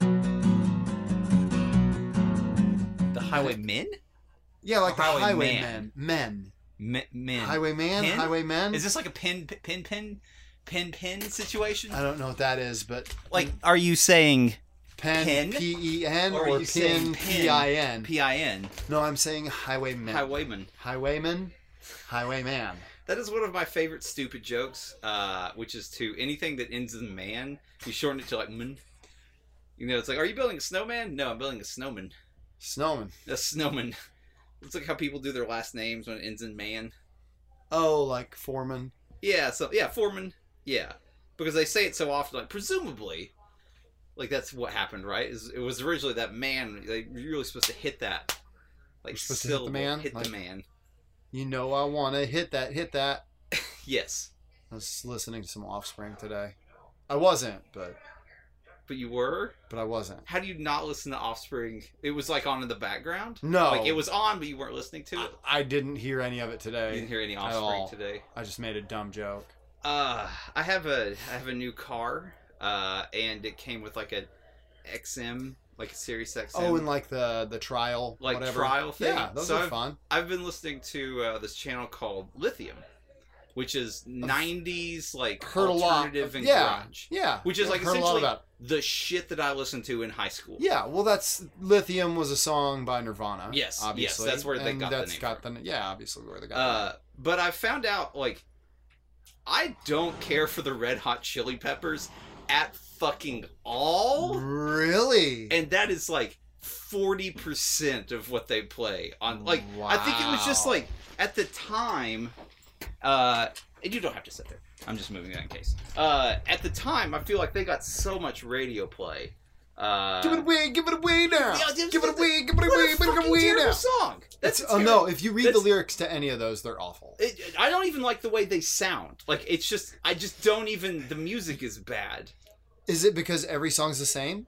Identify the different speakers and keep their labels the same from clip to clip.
Speaker 1: Mm,
Speaker 2: highwaymen?
Speaker 1: Yeah, like the
Speaker 2: Highwayman.
Speaker 1: highwaymen. Men.
Speaker 2: Men, men.
Speaker 1: Highwayman,
Speaker 2: Pin?
Speaker 1: highwaymen.
Speaker 2: Is this like a pin pin pin pin pin situation?
Speaker 1: I don't know what that is, but
Speaker 2: Like, are you saying
Speaker 1: pen
Speaker 2: pin?
Speaker 1: P E N
Speaker 2: Or are
Speaker 1: or
Speaker 2: you saying
Speaker 1: pin
Speaker 2: pin?
Speaker 1: P I N.
Speaker 2: P I N
Speaker 1: No, I'm saying highwaymen.
Speaker 2: highwayman?
Speaker 1: Highwayman, highwayman.
Speaker 3: That is one of my favorite stupid jokes, uh, which is to anything that ends in man, you shorten it to like man. You know, it's like, are you building a snowman? No, I'm building a snowman.
Speaker 1: Snowman.
Speaker 3: A snowman. It's like how people do their last names when it ends in man.
Speaker 1: Oh, like foreman.
Speaker 3: Yeah, so yeah, foreman. Yeah, because they say it so often. Like presumably, like that's what happened, right? Is it was originally that man. They you're really supposed to hit that. Like
Speaker 1: We're supposed to hit the
Speaker 3: syllable,
Speaker 1: man?
Speaker 3: Hit the
Speaker 1: Like-
Speaker 3: man.
Speaker 1: You know I wanna hit that, hit that.
Speaker 3: Yes,
Speaker 1: I was listening to some offspring today. I wasn't, but
Speaker 3: but you were.
Speaker 1: but I wasn't.
Speaker 3: How do you not listen to Offspring? It was like on in the background.
Speaker 1: No.
Speaker 3: Like it was on, but you weren't listening to
Speaker 1: I,
Speaker 3: it.
Speaker 1: I didn't hear any of it
Speaker 3: You
Speaker 1: today.
Speaker 3: didn't hear any
Speaker 1: at
Speaker 3: Offspring
Speaker 1: all.
Speaker 3: today.
Speaker 1: I just made a dumb joke.
Speaker 3: Uh, I have a I have a new car, uh, and it came with like a XM, like a Sirius XM,
Speaker 1: Oh, and like the the trial,
Speaker 3: like
Speaker 1: whatever.
Speaker 3: trial thing.
Speaker 1: Yeah, those
Speaker 3: so
Speaker 1: are
Speaker 3: I've,
Speaker 1: fun.
Speaker 3: I've been listening to uh, this channel called Lithium, which is '90s like
Speaker 1: Heard a lot
Speaker 3: alternative
Speaker 1: of-
Speaker 3: and
Speaker 1: yeah.
Speaker 3: garage.
Speaker 1: Yeah,
Speaker 3: Which is
Speaker 1: I've
Speaker 3: like
Speaker 1: heard a lot
Speaker 3: essentially-
Speaker 1: about. it.
Speaker 3: The shit that I listened to in high school.
Speaker 1: Yeah, well, that's Lithium was a song by Nirvana.
Speaker 3: Yes, yes,
Speaker 1: obviously,
Speaker 3: that's where they
Speaker 1: and
Speaker 3: got the
Speaker 1: that's
Speaker 3: name
Speaker 1: got the yeah, obviously where they got. the
Speaker 3: Uh, but I found out like I don't care for the Red Hot Chili Peppers at fucking all.
Speaker 1: name. really?
Speaker 3: and that is like 40% of what they play on like i think it was just
Speaker 1: Wow.
Speaker 3: like at the time uh and you don't have to sit there i'm just moving that in case uh at the time i feel like they got so much radio play uh
Speaker 1: give it away, give it away now.
Speaker 3: Yeah, dude,
Speaker 1: give it
Speaker 3: what
Speaker 1: away, give it
Speaker 3: what a
Speaker 1: away, give it
Speaker 3: fucking
Speaker 1: away
Speaker 3: terrible
Speaker 1: now.
Speaker 3: song that's
Speaker 1: It's- oh
Speaker 3: terrible.
Speaker 1: no! If you read
Speaker 3: That's-
Speaker 1: the lyrics to any of those, they're awful.
Speaker 3: It, I don't even like the way they sound. Like it's just, I just don't even. The music is bad.
Speaker 1: Is it because every song's the same?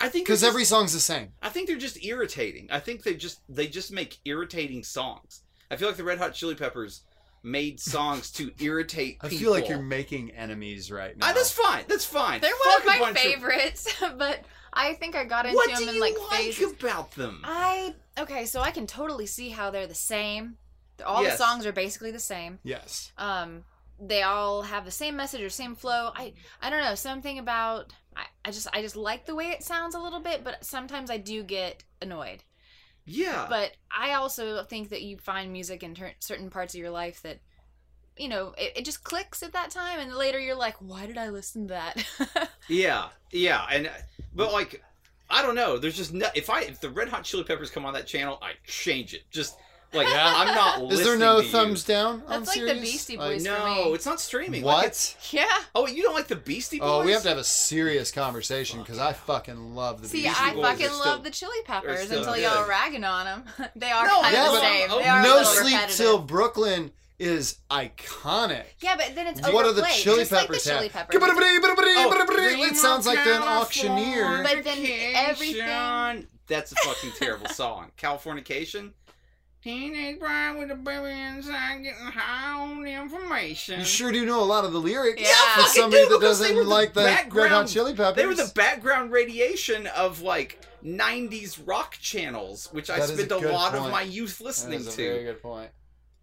Speaker 3: I think
Speaker 1: Because
Speaker 3: they're
Speaker 1: every
Speaker 3: just-
Speaker 1: song's the same.
Speaker 3: I think they're just irritating. I think they just they just make irritating songs. I feel like the Red Hot Chili Peppers made songs to irritate.
Speaker 1: I
Speaker 3: People.
Speaker 1: feel like you're making enemies right now.
Speaker 3: Ah, that's fine. That's fine.
Speaker 4: They're
Speaker 3: Fuck a
Speaker 4: one of my
Speaker 3: bunch
Speaker 4: favorites, but I think I got into
Speaker 3: What
Speaker 4: them
Speaker 3: do
Speaker 4: in
Speaker 3: you
Speaker 4: like
Speaker 3: like,
Speaker 4: phases.
Speaker 3: about them?
Speaker 4: I okay, so I can totally see how they're the same. All
Speaker 3: Yes.
Speaker 4: the songs are basically the same.
Speaker 1: yes.
Speaker 4: Um, they all have the same message or same flow. I I don't know something about. I, I just I just like the way it sounds a little bit, but sometimes I do get annoyed.
Speaker 3: yeah,
Speaker 4: But I also think that you find music in ter- certain parts of your life that, you know, it, it just clicks at that time, and later you're like, why did I listen to that?
Speaker 3: yeah, yeah. And uh, but like, I don't know. There's just no, if I if the Red Hot Chili Peppers come on that channel, I change it. Just like I'm not.
Speaker 1: Is there
Speaker 3: listening
Speaker 1: no
Speaker 3: to you.
Speaker 1: thumbs down? I'm
Speaker 4: That's like the
Speaker 1: serious?
Speaker 4: Beastie
Speaker 1: Like,
Speaker 4: Boys for
Speaker 3: No,
Speaker 4: me.
Speaker 3: it's not streaming. Like,
Speaker 1: What?
Speaker 3: it's-
Speaker 4: yeah.
Speaker 3: oh, you don't like the Beastie Boys?
Speaker 1: Oh, we have to have a serious conversation because I fucking love the
Speaker 4: See,
Speaker 1: Beastie
Speaker 4: I
Speaker 3: Boys
Speaker 1: Boys.
Speaker 4: fucking
Speaker 3: are still-
Speaker 4: love the Chili
Speaker 3: are
Speaker 4: Peppers
Speaker 3: still
Speaker 4: until
Speaker 3: good.
Speaker 4: y'all ragging on them. they are
Speaker 3: No,
Speaker 4: kind
Speaker 1: yeah,
Speaker 4: of
Speaker 1: but-
Speaker 4: the same.
Speaker 3: oh,
Speaker 4: they are a
Speaker 1: No
Speaker 4: little
Speaker 1: sleep
Speaker 4: repetitive.
Speaker 1: till Brooklyn is iconic.
Speaker 4: Yeah, but then it's overplayed.
Speaker 1: what are the Chili
Speaker 4: just like
Speaker 1: Peppers
Speaker 4: the Chili
Speaker 1: have?
Speaker 4: Peppers.
Speaker 1: Gibbidi-bidi, bibbidi,
Speaker 3: Oh,
Speaker 1: bibbidi.
Speaker 3: Dream
Speaker 1: it sounds
Speaker 3: of
Speaker 1: like they're an
Speaker 3: California.
Speaker 1: auctioneer.
Speaker 4: But then everything-
Speaker 3: Californication. That's a fucking terrible song. Californication. Teenage Brian with a baby inside getting high on information.
Speaker 1: You sure do know a lot of the lyrics
Speaker 4: Yeah. Yeah,
Speaker 1: for
Speaker 3: fucking
Speaker 1: somebody
Speaker 3: do,
Speaker 1: that
Speaker 3: because they were
Speaker 1: doesn't
Speaker 3: the
Speaker 1: like the Red Hot
Speaker 3: background-
Speaker 1: Chili Peppers.
Speaker 3: They were the background radiation of like 90s rock channels, which I
Speaker 1: That is
Speaker 3: spent
Speaker 1: a
Speaker 3: a
Speaker 1: good
Speaker 3: lot of
Speaker 1: point.
Speaker 3: my youth
Speaker 1: That
Speaker 3: listening
Speaker 1: is a very
Speaker 3: to.
Speaker 1: good point.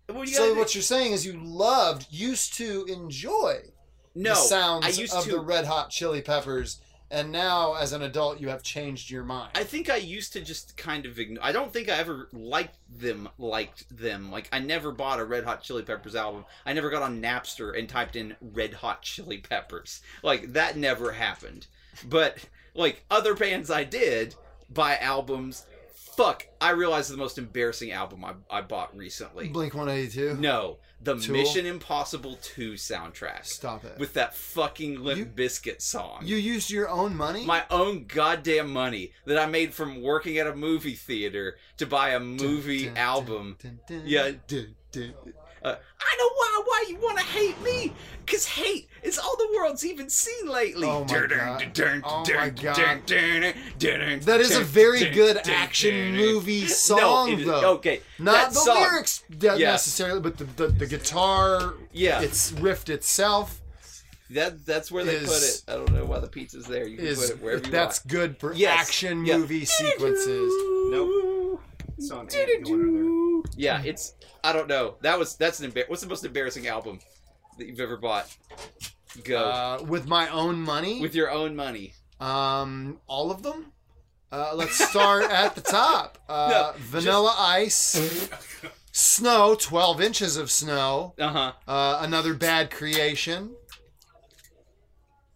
Speaker 3: What do you
Speaker 1: So
Speaker 3: gotta
Speaker 1: what you're saying is you loved, used to enjoy
Speaker 3: do? no,
Speaker 1: the sounds
Speaker 3: I used
Speaker 1: of
Speaker 3: to.
Speaker 1: the Red Hot Chili Peppers, and now as an adult you have changed your mind.
Speaker 3: I think I used to just kind of ignore. I don't think I ever liked them, liked them. Like I never bought a Red Hot Chili Peppers album. I never got on Napster and typed in Red Hot Chili Peppers. Like that never happened. But like other bands, I did buy albums. Fuck, I realized the most embarrassing album I, I bought recently.
Speaker 1: Blink 182.
Speaker 3: No, the
Speaker 1: Tool?
Speaker 3: Mission Impossible 2 soundtrack
Speaker 1: Stop it.
Speaker 3: with that fucking
Speaker 1: You-
Speaker 3: Limp Biscuit song
Speaker 1: you used your own money
Speaker 3: my own goddamn money that I made from working at a movie theater to buy a movie
Speaker 1: Dun, dun,
Speaker 3: album.
Speaker 1: dun, dun,
Speaker 3: Yeah.
Speaker 1: dun, dun.
Speaker 3: Uh, I know why why you want to hate me, cause hate is all the world's even seen lately.
Speaker 1: Oh my
Speaker 3: Dun, dun,
Speaker 1: God.
Speaker 3: dun, dun,
Speaker 1: Oh
Speaker 3: dun,
Speaker 1: my
Speaker 3: dun,
Speaker 1: God.
Speaker 3: dun, dun, dun, dun,
Speaker 1: That is a
Speaker 3: dun,
Speaker 1: very
Speaker 3: dun,
Speaker 1: good
Speaker 3: dun,
Speaker 1: action
Speaker 3: dun.
Speaker 1: movie
Speaker 3: No,
Speaker 1: song,
Speaker 3: it is-
Speaker 1: though.
Speaker 3: okay,
Speaker 1: Not
Speaker 3: that
Speaker 1: the
Speaker 3: song.
Speaker 1: lyrics de-
Speaker 3: Yeah.
Speaker 1: necessarily, but the, the, the guitar,
Speaker 3: Yeah,
Speaker 1: its riff itself
Speaker 3: that that's where they put it.
Speaker 1: is-
Speaker 3: I don't know why the pizza's there. You can
Speaker 1: is
Speaker 3: put it wherever you
Speaker 1: that's
Speaker 3: want.
Speaker 1: good for
Speaker 3: Yes.
Speaker 1: action
Speaker 3: Yeah.
Speaker 1: movie sequences.
Speaker 3: Nope.
Speaker 5: It's on Angular.
Speaker 3: Yeah, it's I don't know. That was that's an embar- what's the most embarrassing album that you've ever bought? Go
Speaker 1: Uh, with my own money.
Speaker 3: with your own money.
Speaker 1: Um, all of them. Uh, let's start at the top. Uh, vanilla Ice, Snow, twelve inches of snow.
Speaker 3: Uh huh.
Speaker 1: Uh, another bad creation.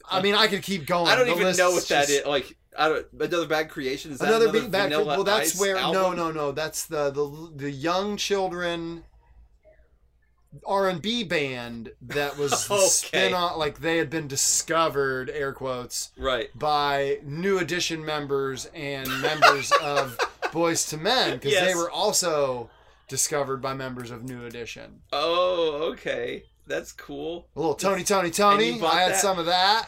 Speaker 1: I mean, I could keep going.
Speaker 3: Uh, I don't
Speaker 1: The
Speaker 3: even
Speaker 1: list's
Speaker 3: know what that
Speaker 1: just-
Speaker 3: is. Like I don't another bad creation is that
Speaker 1: Another,
Speaker 3: another,
Speaker 1: big bad. cre-
Speaker 3: Vanilla
Speaker 1: well, that's
Speaker 3: Ice
Speaker 1: where no,
Speaker 3: album?
Speaker 1: no, no. That's the the the young children R and B band that was
Speaker 3: Okay.
Speaker 1: spin off. Like they had been discovered, air quotes,
Speaker 3: right.
Speaker 1: by new edition members and members of Boys to Men because they
Speaker 3: Yes.
Speaker 1: were also discovered by members of New Edition.
Speaker 3: Oh, okay. That's cool.
Speaker 1: A little Tony, Tony, Tony.
Speaker 3: bought
Speaker 1: I had
Speaker 3: that?
Speaker 1: some of that.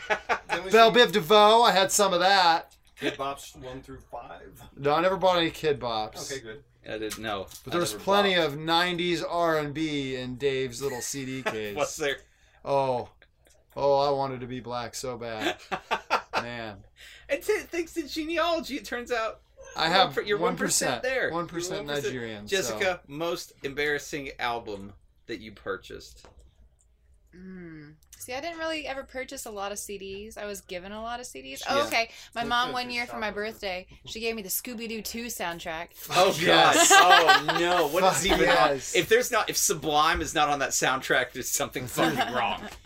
Speaker 5: Then we
Speaker 1: Belle
Speaker 5: see
Speaker 1: Biv DeVoe. I had some of that.
Speaker 5: Kid Bops one through five.
Speaker 1: No, I never bought any Kid Bops.
Speaker 5: Okay, good.
Speaker 3: I didn't know.
Speaker 1: But
Speaker 3: I
Speaker 1: there's
Speaker 3: never
Speaker 1: plenty
Speaker 3: bought-
Speaker 1: of '90s R&B in Dave's little CD
Speaker 3: What's
Speaker 1: case.
Speaker 3: there?
Speaker 1: oh, oh, I wanted to be black so bad, man.
Speaker 3: and t- thanks to genealogy, it turns out
Speaker 1: I
Speaker 3: One
Speaker 1: have
Speaker 3: per- you're 1% there.
Speaker 1: one
Speaker 3: You're 1%.
Speaker 1: percent Nigerian. so-
Speaker 3: Jessica most embarrassing album that you purchased.
Speaker 4: Mm. See, I didn't really ever purchase a lot of CDs. I was given a lot of CDs.
Speaker 3: Yeah.
Speaker 4: Oh, okay. My
Speaker 5: That's
Speaker 4: mom,
Speaker 5: good,
Speaker 4: one
Speaker 5: good
Speaker 4: year for my
Speaker 5: shopping.
Speaker 4: birthday, she gave me the Scooby Doo 2 soundtrack.
Speaker 3: Oh
Speaker 1: Yes.
Speaker 3: god. Oh no. What is
Speaker 1: Fuck
Speaker 3: even
Speaker 1: yes.
Speaker 3: on? If there's not if Sublime is not on that soundtrack, there's something fucking wrong.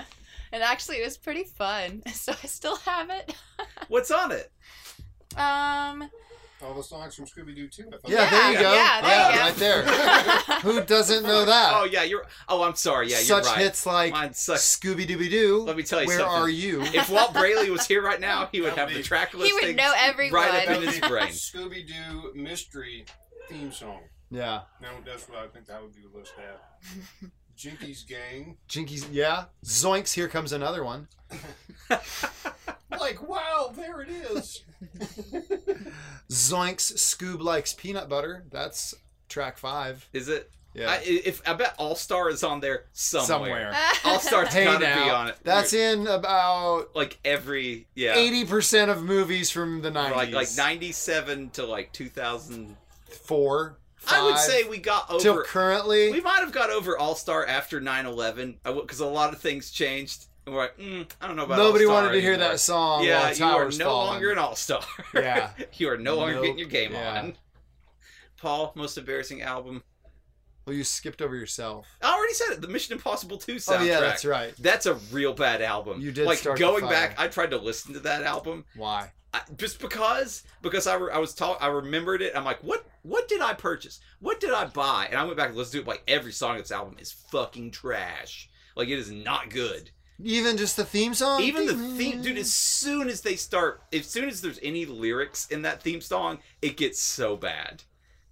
Speaker 4: And actually, it was pretty fun. So I still have it.
Speaker 3: What's on it?
Speaker 4: Um,
Speaker 5: All the songs from Scooby Doo too. I thought-
Speaker 1: Yeah, there you go.
Speaker 4: Yeah, there you go.
Speaker 1: right there. Who doesn't know that?
Speaker 3: Oh yeah, you're Oh, I'm sorry. Yeah,
Speaker 1: Such
Speaker 3: you're right.
Speaker 1: hits like
Speaker 3: Mine sucks.
Speaker 1: Scooby Dooby
Speaker 3: Let
Speaker 1: Doo.
Speaker 3: me tell you
Speaker 1: Where
Speaker 3: something.
Speaker 1: are you?
Speaker 3: If Walt Brayley was here right now, he would
Speaker 5: That'd
Speaker 3: have
Speaker 5: be-
Speaker 3: the track list.
Speaker 4: he would
Speaker 3: thing
Speaker 4: know everyone.
Speaker 3: Right up in
Speaker 5: everyone.
Speaker 3: his brain.
Speaker 5: Scooby Doo mystery theme song.
Speaker 1: yeah,
Speaker 5: No, that's what I think that would be the list at. Jinkies Gang.
Speaker 1: Jinkies. Yeah, Zoinks. Here comes another one.
Speaker 5: Like, wow, there it is.
Speaker 1: Zoinks. Scoob likes peanut butter. That's track five.
Speaker 3: Is it?
Speaker 1: Yeah,
Speaker 3: I, if I bet All Star is on there somewhere.
Speaker 1: somewhere.
Speaker 3: All Star's
Speaker 1: Hey
Speaker 3: gotta
Speaker 1: now,
Speaker 3: be on it.
Speaker 1: That's in about
Speaker 3: like every yeah.
Speaker 1: eighty percent of movies from the
Speaker 3: Like
Speaker 1: nineties.
Speaker 3: like ninety seven to like two thousand.
Speaker 1: four.
Speaker 3: I would
Speaker 1: five,
Speaker 3: say we got
Speaker 1: till
Speaker 3: over.
Speaker 1: currently.
Speaker 3: We might have got over All Star after 9-11 because a lot of things changed, and we're like, mm, I don't know about.
Speaker 1: Nobody
Speaker 3: All-Star
Speaker 1: wanted to hear
Speaker 3: anymore.
Speaker 1: that song.
Speaker 3: Yeah,
Speaker 1: while
Speaker 3: you are no
Speaker 1: Towers Falling.
Speaker 3: longer an All Star.
Speaker 1: Yeah.
Speaker 3: you are no longer
Speaker 1: Nope.
Speaker 3: getting your game
Speaker 1: Yeah.
Speaker 3: on. Paul, most embarrassing album.
Speaker 1: Well, you skipped over yourself.
Speaker 3: I already said it. The Mission Impossible Two soundtrack.
Speaker 1: Oh yeah, that's right.
Speaker 3: That's a real bad album.
Speaker 1: You did
Speaker 3: like
Speaker 1: start the
Speaker 3: going
Speaker 1: fire.
Speaker 3: back. I tried to listen to that album
Speaker 1: Why?
Speaker 3: I, just because because I, re- I was talk I remembered it. I'm like, what what did I purchase? What did I buy? And I went back and listened to it. Like every song on this album is fucking trash. Like it is not good.
Speaker 1: Even just the theme song.
Speaker 3: Even the theme, dude. As soon as they start, as soon as there's any lyrics in that theme song, it gets so bad.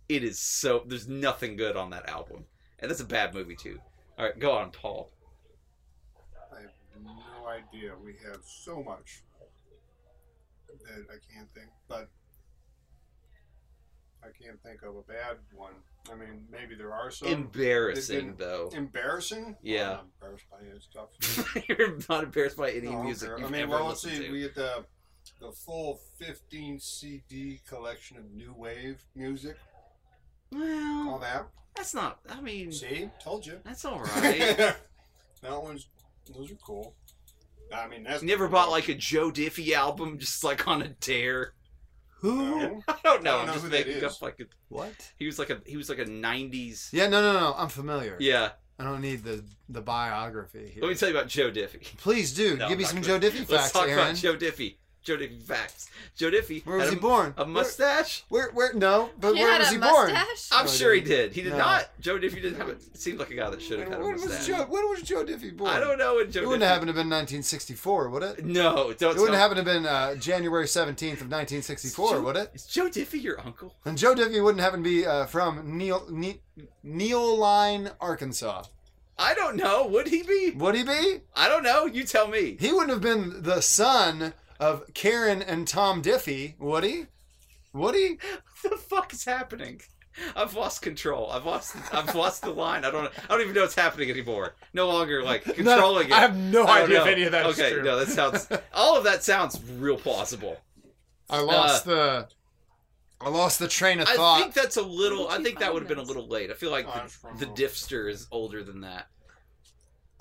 Speaker 3: It is so. There's nothing good on that album, and that's a bad movie too. All right, go on, Paul.
Speaker 5: I have no idea. We have so much that I can't think, but I can't think of a bad one. I mean, maybe there are some.
Speaker 3: Embarrassing
Speaker 5: Um, didn't-
Speaker 3: though.
Speaker 5: embarrassing?
Speaker 3: Yeah.
Speaker 5: I'm embarrassed by his stuff.
Speaker 3: You're not embarrassed by any
Speaker 5: No, I don't
Speaker 3: music
Speaker 5: care.
Speaker 3: you've
Speaker 5: I mean,
Speaker 3: ever
Speaker 5: well, let's
Speaker 3: listened
Speaker 5: see.
Speaker 3: to.
Speaker 5: We get the the full 15 CD collection of new wave music. All
Speaker 3: Well,
Speaker 5: that.
Speaker 3: that's not. I mean,
Speaker 5: See, told you.
Speaker 3: that's all right.
Speaker 5: that one's those are cool. I mean, that's
Speaker 3: You Never bought like a Joe Diffie album just like on a dare.
Speaker 1: Who?
Speaker 5: No.
Speaker 3: I don't know.
Speaker 5: I don't
Speaker 3: I'm
Speaker 5: know
Speaker 3: just
Speaker 5: who that
Speaker 3: making
Speaker 5: is.
Speaker 3: up like a,
Speaker 1: What?
Speaker 3: he was like a he was like a '90s.
Speaker 1: Yeah, no, no, no. I'm familiar.
Speaker 3: Yeah.
Speaker 1: I don't need the the biography here.
Speaker 3: Let me tell you about Joe Diffie.
Speaker 1: Please do
Speaker 3: No,
Speaker 1: give me
Speaker 3: I'm
Speaker 1: some
Speaker 3: not
Speaker 1: Joe
Speaker 3: gonna-
Speaker 1: Diffie
Speaker 3: Let's
Speaker 1: facts,
Speaker 3: talk
Speaker 1: Aaron.
Speaker 3: about Joe Diffie. Joe Diffie facts. Joe Diffie.
Speaker 1: where was
Speaker 3: had
Speaker 1: he
Speaker 3: a-
Speaker 1: born?
Speaker 3: A mustache.
Speaker 1: Where? Where? No, but
Speaker 4: He
Speaker 1: where
Speaker 4: had
Speaker 1: was
Speaker 4: a
Speaker 1: he born?
Speaker 4: mustache?
Speaker 3: I'm
Speaker 1: No, he
Speaker 3: sure he did. He did
Speaker 1: No.
Speaker 3: not. Joe Diffie didn't have it. Seemed like a guy that should have had a
Speaker 1: When was
Speaker 3: mustache.
Speaker 1: Joe? When was Joe Diffie born?
Speaker 3: I don't know when Joe.
Speaker 1: It wouldn't
Speaker 3: Diffie-
Speaker 1: happen to have been 1964, would it?
Speaker 3: No, don't.
Speaker 1: It wouldn't
Speaker 3: tell-
Speaker 1: happen to have been uh, January 17th of 1964,
Speaker 3: Joe-
Speaker 1: would it?
Speaker 3: Is Joe Diffie your uncle?
Speaker 1: And Joe Diffie wouldn't happen to be uh, from Neil, ne- Neoline, Arkansas.
Speaker 3: I don't know. Would he be?
Speaker 1: Would he be?
Speaker 3: I don't know. You tell me.
Speaker 1: He wouldn't have been the son of Karen and Tom Diffie, would he? Would he?
Speaker 3: What the fuck is happening? I've lost control. I've lost. I've lost the line. I don't. I don't even know what's happening anymore. No longer like controlling
Speaker 1: No,
Speaker 3: it.
Speaker 1: I have no
Speaker 3: I don't
Speaker 1: idea
Speaker 3: know.
Speaker 1: if any of that is
Speaker 3: okay,
Speaker 1: true.
Speaker 3: no, that sounds. All of that sounds real plausible.
Speaker 1: I lost the I lost the train of
Speaker 3: Uh, I
Speaker 1: thought.
Speaker 3: think that's a little.
Speaker 4: Where did
Speaker 3: I
Speaker 4: you
Speaker 3: think that
Speaker 4: find
Speaker 3: would have been a
Speaker 4: this?
Speaker 3: little late. I feel like
Speaker 5: Oh, it's
Speaker 3: the,
Speaker 5: from-
Speaker 3: the Difster is older than that.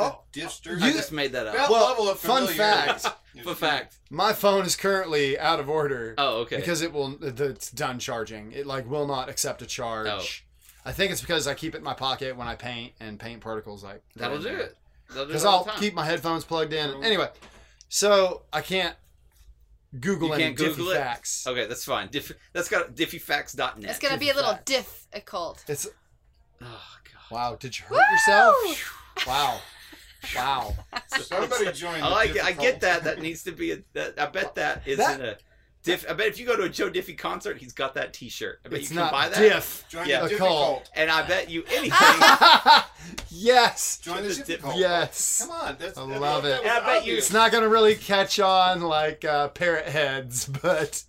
Speaker 1: Oh,
Speaker 5: Difster.
Speaker 3: I
Speaker 1: You-
Speaker 3: just made that up.
Speaker 5: That
Speaker 1: Well,
Speaker 5: level of
Speaker 1: fun
Speaker 5: familiarity
Speaker 1: fact.
Speaker 5: is
Speaker 3: Fun fact.
Speaker 1: My phone is currently out of order
Speaker 3: Oh, okay.
Speaker 1: because it will. the- It's done charging. It like will not accept a charge.
Speaker 3: Oh.
Speaker 1: I think it's because I keep it in my pocket when I paint, and paint particles like
Speaker 3: That'll do it. That'll do it
Speaker 1: Because
Speaker 3: all
Speaker 1: I'll
Speaker 3: the time. Mm-hmm.
Speaker 1: keep my headphones plugged in.
Speaker 5: Oh.
Speaker 1: Anyway, so I can't Google
Speaker 3: You
Speaker 1: any
Speaker 3: can't Google
Speaker 1: Diffie
Speaker 3: it? Oh.
Speaker 1: facts.
Speaker 3: Okay, that's fine. Diff- that's got diffyfacts.net.
Speaker 4: It's gonna be a little
Speaker 1: Facts.
Speaker 4: difficult.
Speaker 1: It's
Speaker 3: Oh god.
Speaker 1: wow. Did you hurt
Speaker 4: Woo!
Speaker 1: yourself? Wow. Wow.
Speaker 5: Somebody join.
Speaker 3: I like.
Speaker 5: the
Speaker 3: it. I get that. That needs to be. A, that, I bet that is
Speaker 1: That-
Speaker 3: in a. Diff. I bet if you go to a Joe Diffie concert, he's got that T-shirt. I bet
Speaker 1: it's
Speaker 3: you can buy
Speaker 1: not
Speaker 3: that.
Speaker 1: diff.
Speaker 5: Join
Speaker 3: Yeah.
Speaker 5: the
Speaker 1: A cult.
Speaker 5: difficult.
Speaker 3: And I bet you anything.
Speaker 1: yes.
Speaker 5: Join the
Speaker 3: It's a
Speaker 5: difficult.
Speaker 1: Yes.
Speaker 5: Come on. That's,
Speaker 1: I
Speaker 5: that-
Speaker 1: love
Speaker 5: that
Speaker 1: it.
Speaker 5: was
Speaker 3: I bet you-
Speaker 5: obvious.
Speaker 1: It's not gonna really catch on like uh, parrot heads, but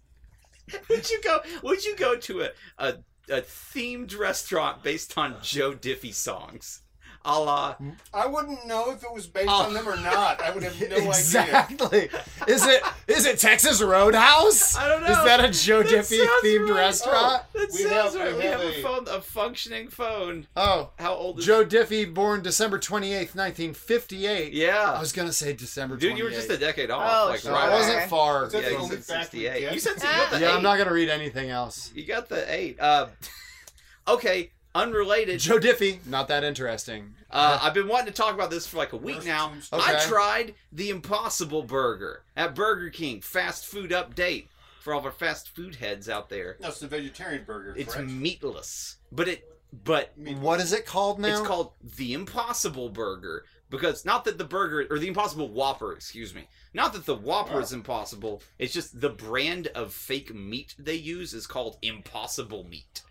Speaker 3: would you go? Would you go to a, a a themed restaurant based on Joe Diffie songs, a la
Speaker 5: I wouldn't know if it was based
Speaker 1: Oh.
Speaker 5: on them or not. I would have no idea.
Speaker 1: exactly. Is it is it Texas Roadhouse?
Speaker 3: I don't know.
Speaker 1: Is that a Joe
Speaker 3: That
Speaker 1: Diffie
Speaker 3: sounds
Speaker 1: themed
Speaker 3: right. Oh,
Speaker 1: restaurant?
Speaker 3: That
Speaker 5: We
Speaker 3: sounds
Speaker 5: have-
Speaker 3: right.
Speaker 5: I
Speaker 3: We have
Speaker 5: have
Speaker 3: a
Speaker 5: a-
Speaker 3: phone, a functioning phone.
Speaker 1: Oh,
Speaker 3: How old is
Speaker 1: Joe Diffie, born December twenty eighth, nineteen fifty eight. I
Speaker 3: Yeah,
Speaker 1: was gonna say December.
Speaker 3: dude, you were just a
Speaker 1: 28th.
Speaker 3: decade off.
Speaker 4: Oh,
Speaker 3: like
Speaker 4: sure.
Speaker 1: No, I
Speaker 3: right.
Speaker 1: wasn't
Speaker 4: Okay.
Speaker 1: far.
Speaker 5: Is
Speaker 3: Yeah,
Speaker 5: that the
Speaker 3: you
Speaker 5: only
Speaker 3: said
Speaker 5: fact we
Speaker 3: 68.
Speaker 5: get?
Speaker 3: You said so- you got the
Speaker 1: Yeah, I'm
Speaker 3: eight.
Speaker 1: not gonna read anything else.
Speaker 3: You got the eight. Uh, okay, unrelated.
Speaker 1: Joe Diffie, not that interesting.
Speaker 3: Uh, I've been wanting to talk about this for like a week
Speaker 5: First
Speaker 3: now.
Speaker 5: tombstone.
Speaker 3: I
Speaker 1: Okay.
Speaker 3: tried the Impossible Burger at Burger King. Fast food update for all of our fast food heads out there.
Speaker 5: No, it's the vegetarian burger.
Speaker 3: It's
Speaker 5: correct?
Speaker 3: meatless, but it but
Speaker 5: I mean,
Speaker 1: what is it called now?
Speaker 3: it's called the Impossible Burger because not that the burger or the Impossible Whopper, excuse me, not that the Whopper
Speaker 5: Wow.
Speaker 3: is impossible. It's just the brand of fake meat they use is called Impossible Meat.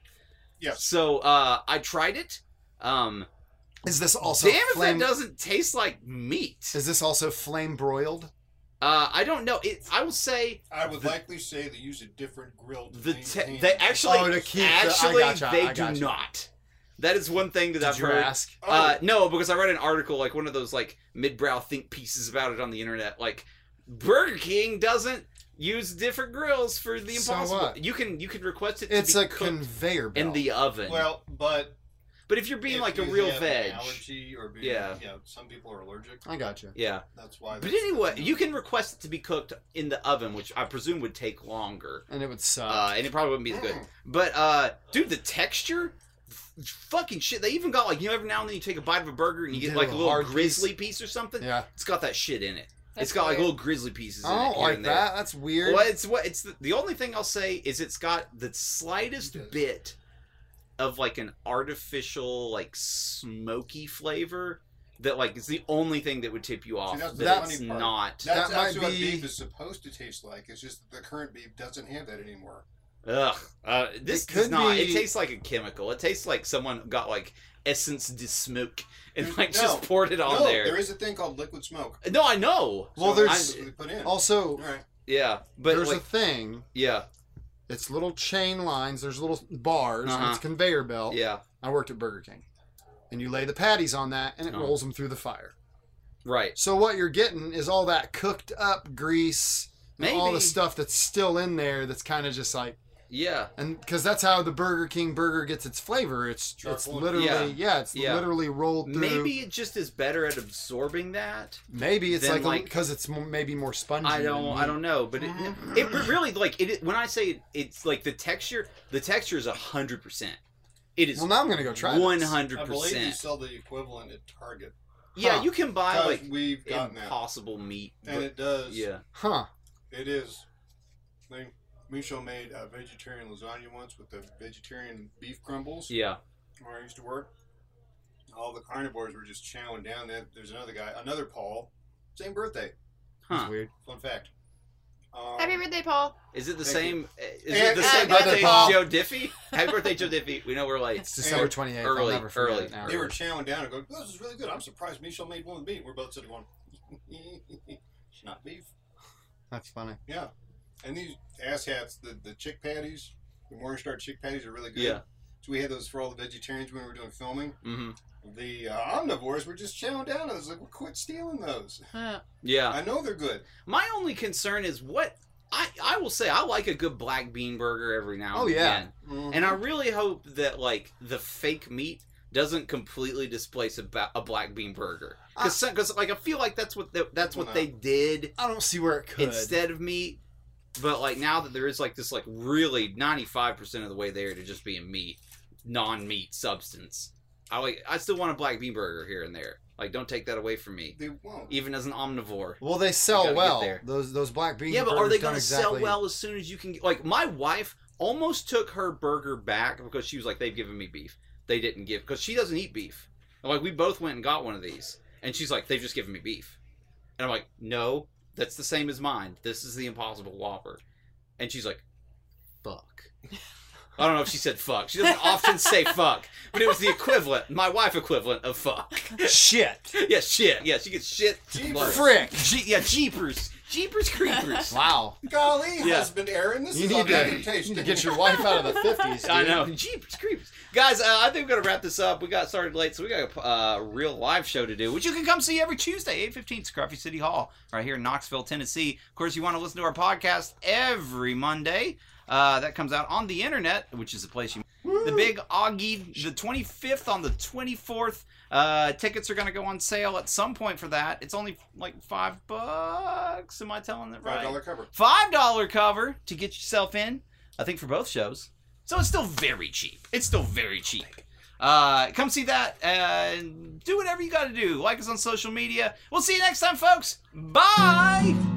Speaker 5: Yes.
Speaker 3: So uh, I tried it. Um,
Speaker 1: is this also
Speaker 3: damn if
Speaker 1: flame?
Speaker 3: that doesn't taste like meat.
Speaker 1: Is this also flame broiled?
Speaker 3: Uh, I don't know. It, I will say
Speaker 5: I would
Speaker 3: The-
Speaker 5: likely say they use a different grill. To
Speaker 3: the te-
Speaker 5: maintain-
Speaker 3: they actually
Speaker 1: Oh, to keep the- I
Speaker 3: actually
Speaker 1: gotcha,
Speaker 3: they
Speaker 1: I
Speaker 3: do
Speaker 1: gotcha.
Speaker 3: not. That is one thing that
Speaker 1: Did
Speaker 3: I've
Speaker 1: you
Speaker 3: heard.
Speaker 1: ask?
Speaker 5: Oh,
Speaker 3: Uh, no, because I read an article, like one of those like mid-brow think pieces about it on the internet. Like Burger King doesn't use different grills for the
Speaker 1: So
Speaker 3: impossible.
Speaker 1: what?
Speaker 3: You can you can request it. To
Speaker 1: It's
Speaker 3: be
Speaker 1: a
Speaker 3: cooked
Speaker 1: conveyor belt.
Speaker 3: in the oven.
Speaker 5: well, but
Speaker 3: but if you're being
Speaker 5: if
Speaker 3: like a
Speaker 5: you
Speaker 3: real
Speaker 5: have an
Speaker 3: veg,
Speaker 5: allergy or being,
Speaker 3: Yeah.
Speaker 5: you know, some people are allergic.
Speaker 1: I got you.
Speaker 3: yeah.
Speaker 5: That's why.
Speaker 3: But
Speaker 5: that's-
Speaker 3: anyway,
Speaker 5: that's-
Speaker 3: you can request it to be cooked in the oven, which I presume would take longer.
Speaker 1: And it would suck.
Speaker 3: Uh, and it probably wouldn't be as good. But uh, dude, the texture, f- fucking shit. They even got like you know every now and then you take a bite of a burger and you
Speaker 1: You
Speaker 3: get
Speaker 1: get
Speaker 3: like
Speaker 1: a
Speaker 3: a little
Speaker 1: hard piece.
Speaker 3: grizzly piece. or something.
Speaker 1: yeah.
Speaker 3: It's got that shit in it.
Speaker 4: That's
Speaker 3: it's got like
Speaker 4: weird.
Speaker 3: little grizzly pieces. in
Speaker 1: I
Speaker 3: it
Speaker 1: don't
Speaker 3: here
Speaker 1: like
Speaker 3: Uh, and there.
Speaker 1: that. That's weird.
Speaker 3: Well, it's what it's the, the only thing I'll say is it's got the slightest bit of like an artificial like smoky flavor that like it's the only thing that would tip you off
Speaker 5: that's the
Speaker 3: that
Speaker 5: funny
Speaker 3: it's
Speaker 5: part.
Speaker 3: not.
Speaker 5: That's
Speaker 1: that might
Speaker 5: actually what
Speaker 1: be-
Speaker 5: beef is supposed to taste like. It's just that the current beef doesn't have that anymore.
Speaker 3: Ugh, uh, this
Speaker 1: It
Speaker 3: does
Speaker 1: could
Speaker 3: not. It
Speaker 1: be-
Speaker 3: tastes like a chemical. It tastes like someone got like essence de smoke and
Speaker 5: There's-
Speaker 3: like
Speaker 5: no.
Speaker 3: just poured it on
Speaker 5: no,
Speaker 3: there.
Speaker 5: there is a thing called liquid smoke.
Speaker 3: No, I know.
Speaker 1: Well,
Speaker 5: So
Speaker 1: there's-
Speaker 5: that's what they put in.
Speaker 1: also,
Speaker 5: All right.
Speaker 3: Yeah, but
Speaker 1: there's
Speaker 3: like,
Speaker 1: a thing.
Speaker 3: yeah,
Speaker 1: It's little chain lines. There's little bars. And
Speaker 3: Uh-huh.
Speaker 1: it's conveyor belt.
Speaker 3: yeah,
Speaker 1: I worked at Burger King, and you lay the patties on that, and it
Speaker 3: Oh.
Speaker 1: rolls them through the fire.
Speaker 3: right.
Speaker 1: So what you're getting is all that cooked up grease. And all
Speaker 3: Maybe.
Speaker 1: the stuff that's still in there that's kind of just like
Speaker 3: Yeah,
Speaker 1: and because that's how the Burger King burger gets its flavor it's it's
Speaker 5: Charcoal.
Speaker 1: literally yeah, it's
Speaker 3: Yeah.
Speaker 1: literally rolled through
Speaker 3: maybe it just is better at absorbing that.
Speaker 1: Maybe it's
Speaker 3: than,
Speaker 1: like
Speaker 3: like-
Speaker 1: because it's m- maybe more spongy.
Speaker 3: I don't,
Speaker 1: than
Speaker 3: I
Speaker 1: meat.
Speaker 3: don't know, but it,
Speaker 5: Mm-hmm.
Speaker 3: it really like it. When I say it, it's like the texture, the texture is hundred percent. It is
Speaker 1: Well, now I'm gonna go try. this.
Speaker 3: one hundred
Speaker 5: I believe you
Speaker 3: percent.
Speaker 5: sell the equivalent at Target.
Speaker 3: Yeah,
Speaker 1: Huh.
Speaker 3: you can buy
Speaker 5: Because
Speaker 3: like
Speaker 5: we've gotten that,
Speaker 3: impossible meat.
Speaker 5: and
Speaker 3: But,
Speaker 5: it does.
Speaker 3: yeah,
Speaker 1: Huh?
Speaker 5: It is. Like, Michel made a vegetarian lasagna once with the vegetarian beef crumbles
Speaker 3: yeah.
Speaker 5: where I used to work. All the carnivores were just chowing down. Then there's another guy, another Paul, same birthday.
Speaker 1: That's
Speaker 3: Huh.
Speaker 1: weird.
Speaker 5: Fun fact. Um,
Speaker 4: Happy birthday, Paul.
Speaker 3: Is it the
Speaker 5: Thank
Speaker 3: same? uh,
Speaker 5: you.
Speaker 3: Is it the
Speaker 5: And-
Speaker 3: same
Speaker 4: and-
Speaker 3: birthday as
Speaker 1: Paul.
Speaker 3: Joe Diffie? Happy birthday, Joe Diffie. We know we're late.
Speaker 1: It's December
Speaker 5: And
Speaker 1: 28th.
Speaker 3: e- early-
Speaker 1: I'll never forget
Speaker 3: early.
Speaker 1: it now.
Speaker 5: They were chowing down and going, "This is really good." I'm surprised Michel made one with meat. We're both sitting going, "It's not beef."
Speaker 1: That's funny.
Speaker 5: Yeah. And these asshats, the the chick patties, the Morningstar chick patties are really good.
Speaker 3: Yeah.
Speaker 5: So we had those for all the vegetarians when we were doing filming.
Speaker 3: hmm
Speaker 5: The uh, omnivores were just chowing down. I was like, well, quit stealing those.
Speaker 1: Uh,
Speaker 4: Huh.
Speaker 3: Yeah.
Speaker 5: I know they're good.
Speaker 3: My only concern is what I I will say I like a good black bean burger every now.
Speaker 1: Oh,
Speaker 3: and
Speaker 1: yeah.
Speaker 3: again.
Speaker 5: Mm-hmm.
Speaker 3: and I really hope that like the fake meat doesn't completely displace a, ba- a black bean burger because like I feel like that's what the, that's what
Speaker 5: Well, no.
Speaker 3: they did
Speaker 1: I don't see where it could.
Speaker 3: instead of meat. But like now that there is like this like really ninety five percent of the way there to just being meat, non meat substance. I like I still want a black bean burger here and there. Like don't take that away from me.
Speaker 5: They won't.
Speaker 3: Even as an omnivore.
Speaker 1: well, they
Speaker 3: You gotta
Speaker 1: sell
Speaker 3: get
Speaker 1: well.
Speaker 3: there.
Speaker 1: Those those black beans.
Speaker 3: Yeah, but are they
Speaker 1: going to
Speaker 3: sell well as soon as you can? Like my wife almost took her burger back because she was like, "They've given me beef. They didn't give because she doesn't eat beef." And, like we both went and got one of these, and she's like, "They've just given me beef," and I'm like, "No, that's the same as mine. This is the Impossible Whopper," and she's like, "Fuck." I don't know if she said fuck. She doesn't often say fuck, but it was the equivalent, my wife equivalent of fuck.
Speaker 1: Shit.
Speaker 3: yeah, shit. Yeah, she gets shit.
Speaker 5: Jeepers.
Speaker 1: Frick.
Speaker 3: Je- yeah, jeepers. Jeepers creepers.
Speaker 1: Wow.
Speaker 5: Golly,
Speaker 3: Yeah.
Speaker 5: husband Aaron, this
Speaker 1: You
Speaker 5: is
Speaker 1: need to, you
Speaker 5: unreputation.
Speaker 1: need to get your wife out of the fifties.
Speaker 3: I know. Jeepers creepers. Guys, uh, I think we're going to wrap this up. We got started late, so we got a uh, real live show to do, which you can come see every Tuesday, 8.15, Scruffy City Hall, right here in Knoxville, Tennessee. Of course, you want to listen to our podcast every Monday. Uh, that comes out on the internet, which is the place you... The Big Augie, the 25th on the 24th. Uh, tickets are going to go on sale at some point for that. It's only like five bucks. Am I telling that
Speaker 5: Five
Speaker 3: right?
Speaker 5: dollar cover.
Speaker 3: five dollar cover to get yourself in. I think for both shows, so it's still very cheap. It's still very cheap. Uh, come see that and do whatever you got to do. Like us on social media. We'll see you next time, folks. Bye.